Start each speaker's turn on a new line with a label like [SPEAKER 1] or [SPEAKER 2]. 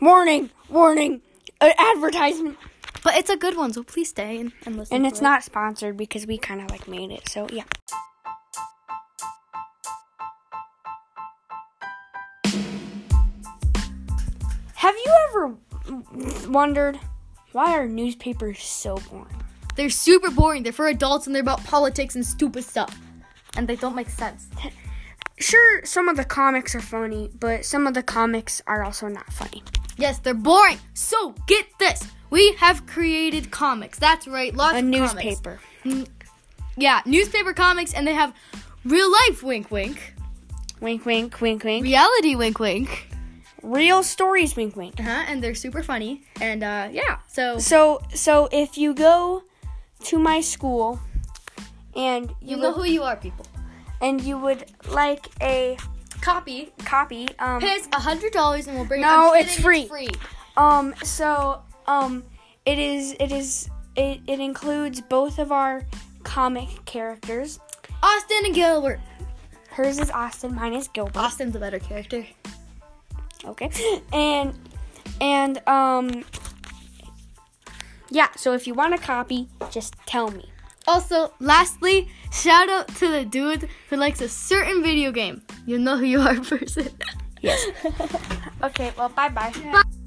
[SPEAKER 1] Warning, warning, uh, advertisement.
[SPEAKER 2] But it's a good one, so please stay and, and listen.
[SPEAKER 1] And
[SPEAKER 2] to
[SPEAKER 1] it's
[SPEAKER 2] it.
[SPEAKER 1] not sponsored because we kind of like made it. So yeah. Have you ever wondered why are newspapers so boring?
[SPEAKER 2] They're super boring. They're for adults and they're about politics and stupid stuff. And they don't make sense.
[SPEAKER 1] Sure, some of the comics are funny, but some of the comics are also not funny.
[SPEAKER 2] Yes, they're boring. So get this. We have created comics. That's right, lots
[SPEAKER 1] A
[SPEAKER 2] of comics.
[SPEAKER 1] newspaper.
[SPEAKER 2] Yeah, newspaper comics, and they have real life wink wink,
[SPEAKER 1] Wink, wink, wink, wink.
[SPEAKER 2] reality wink wink.
[SPEAKER 1] Real stories, wink, wink.
[SPEAKER 2] Uh-huh, and they're super funny. And uh, yeah, so
[SPEAKER 1] So, so if you go to my school and you,
[SPEAKER 2] you know
[SPEAKER 1] would-
[SPEAKER 2] who you are, people.
[SPEAKER 1] and you would like a
[SPEAKER 2] Copy,
[SPEAKER 1] copy, um,
[SPEAKER 2] pay us a hundred dollars, and we'll bring.
[SPEAKER 1] No,
[SPEAKER 2] I'm
[SPEAKER 1] it's
[SPEAKER 2] kidding,
[SPEAKER 1] free. um, so, um, it is, it is, it, it includes both of our comic characters.
[SPEAKER 2] Austin and Gilbert.
[SPEAKER 1] Hers is Austin, mine is Gilbert.
[SPEAKER 2] Austin's a better character.
[SPEAKER 1] Okay. And and um yeah, so if you want a copy, just tell me.
[SPEAKER 2] Also, lastly, shout out to the dude who likes a certain video game. You know who you are, person.
[SPEAKER 1] Okay, well, bye-bye.
[SPEAKER 2] Bye.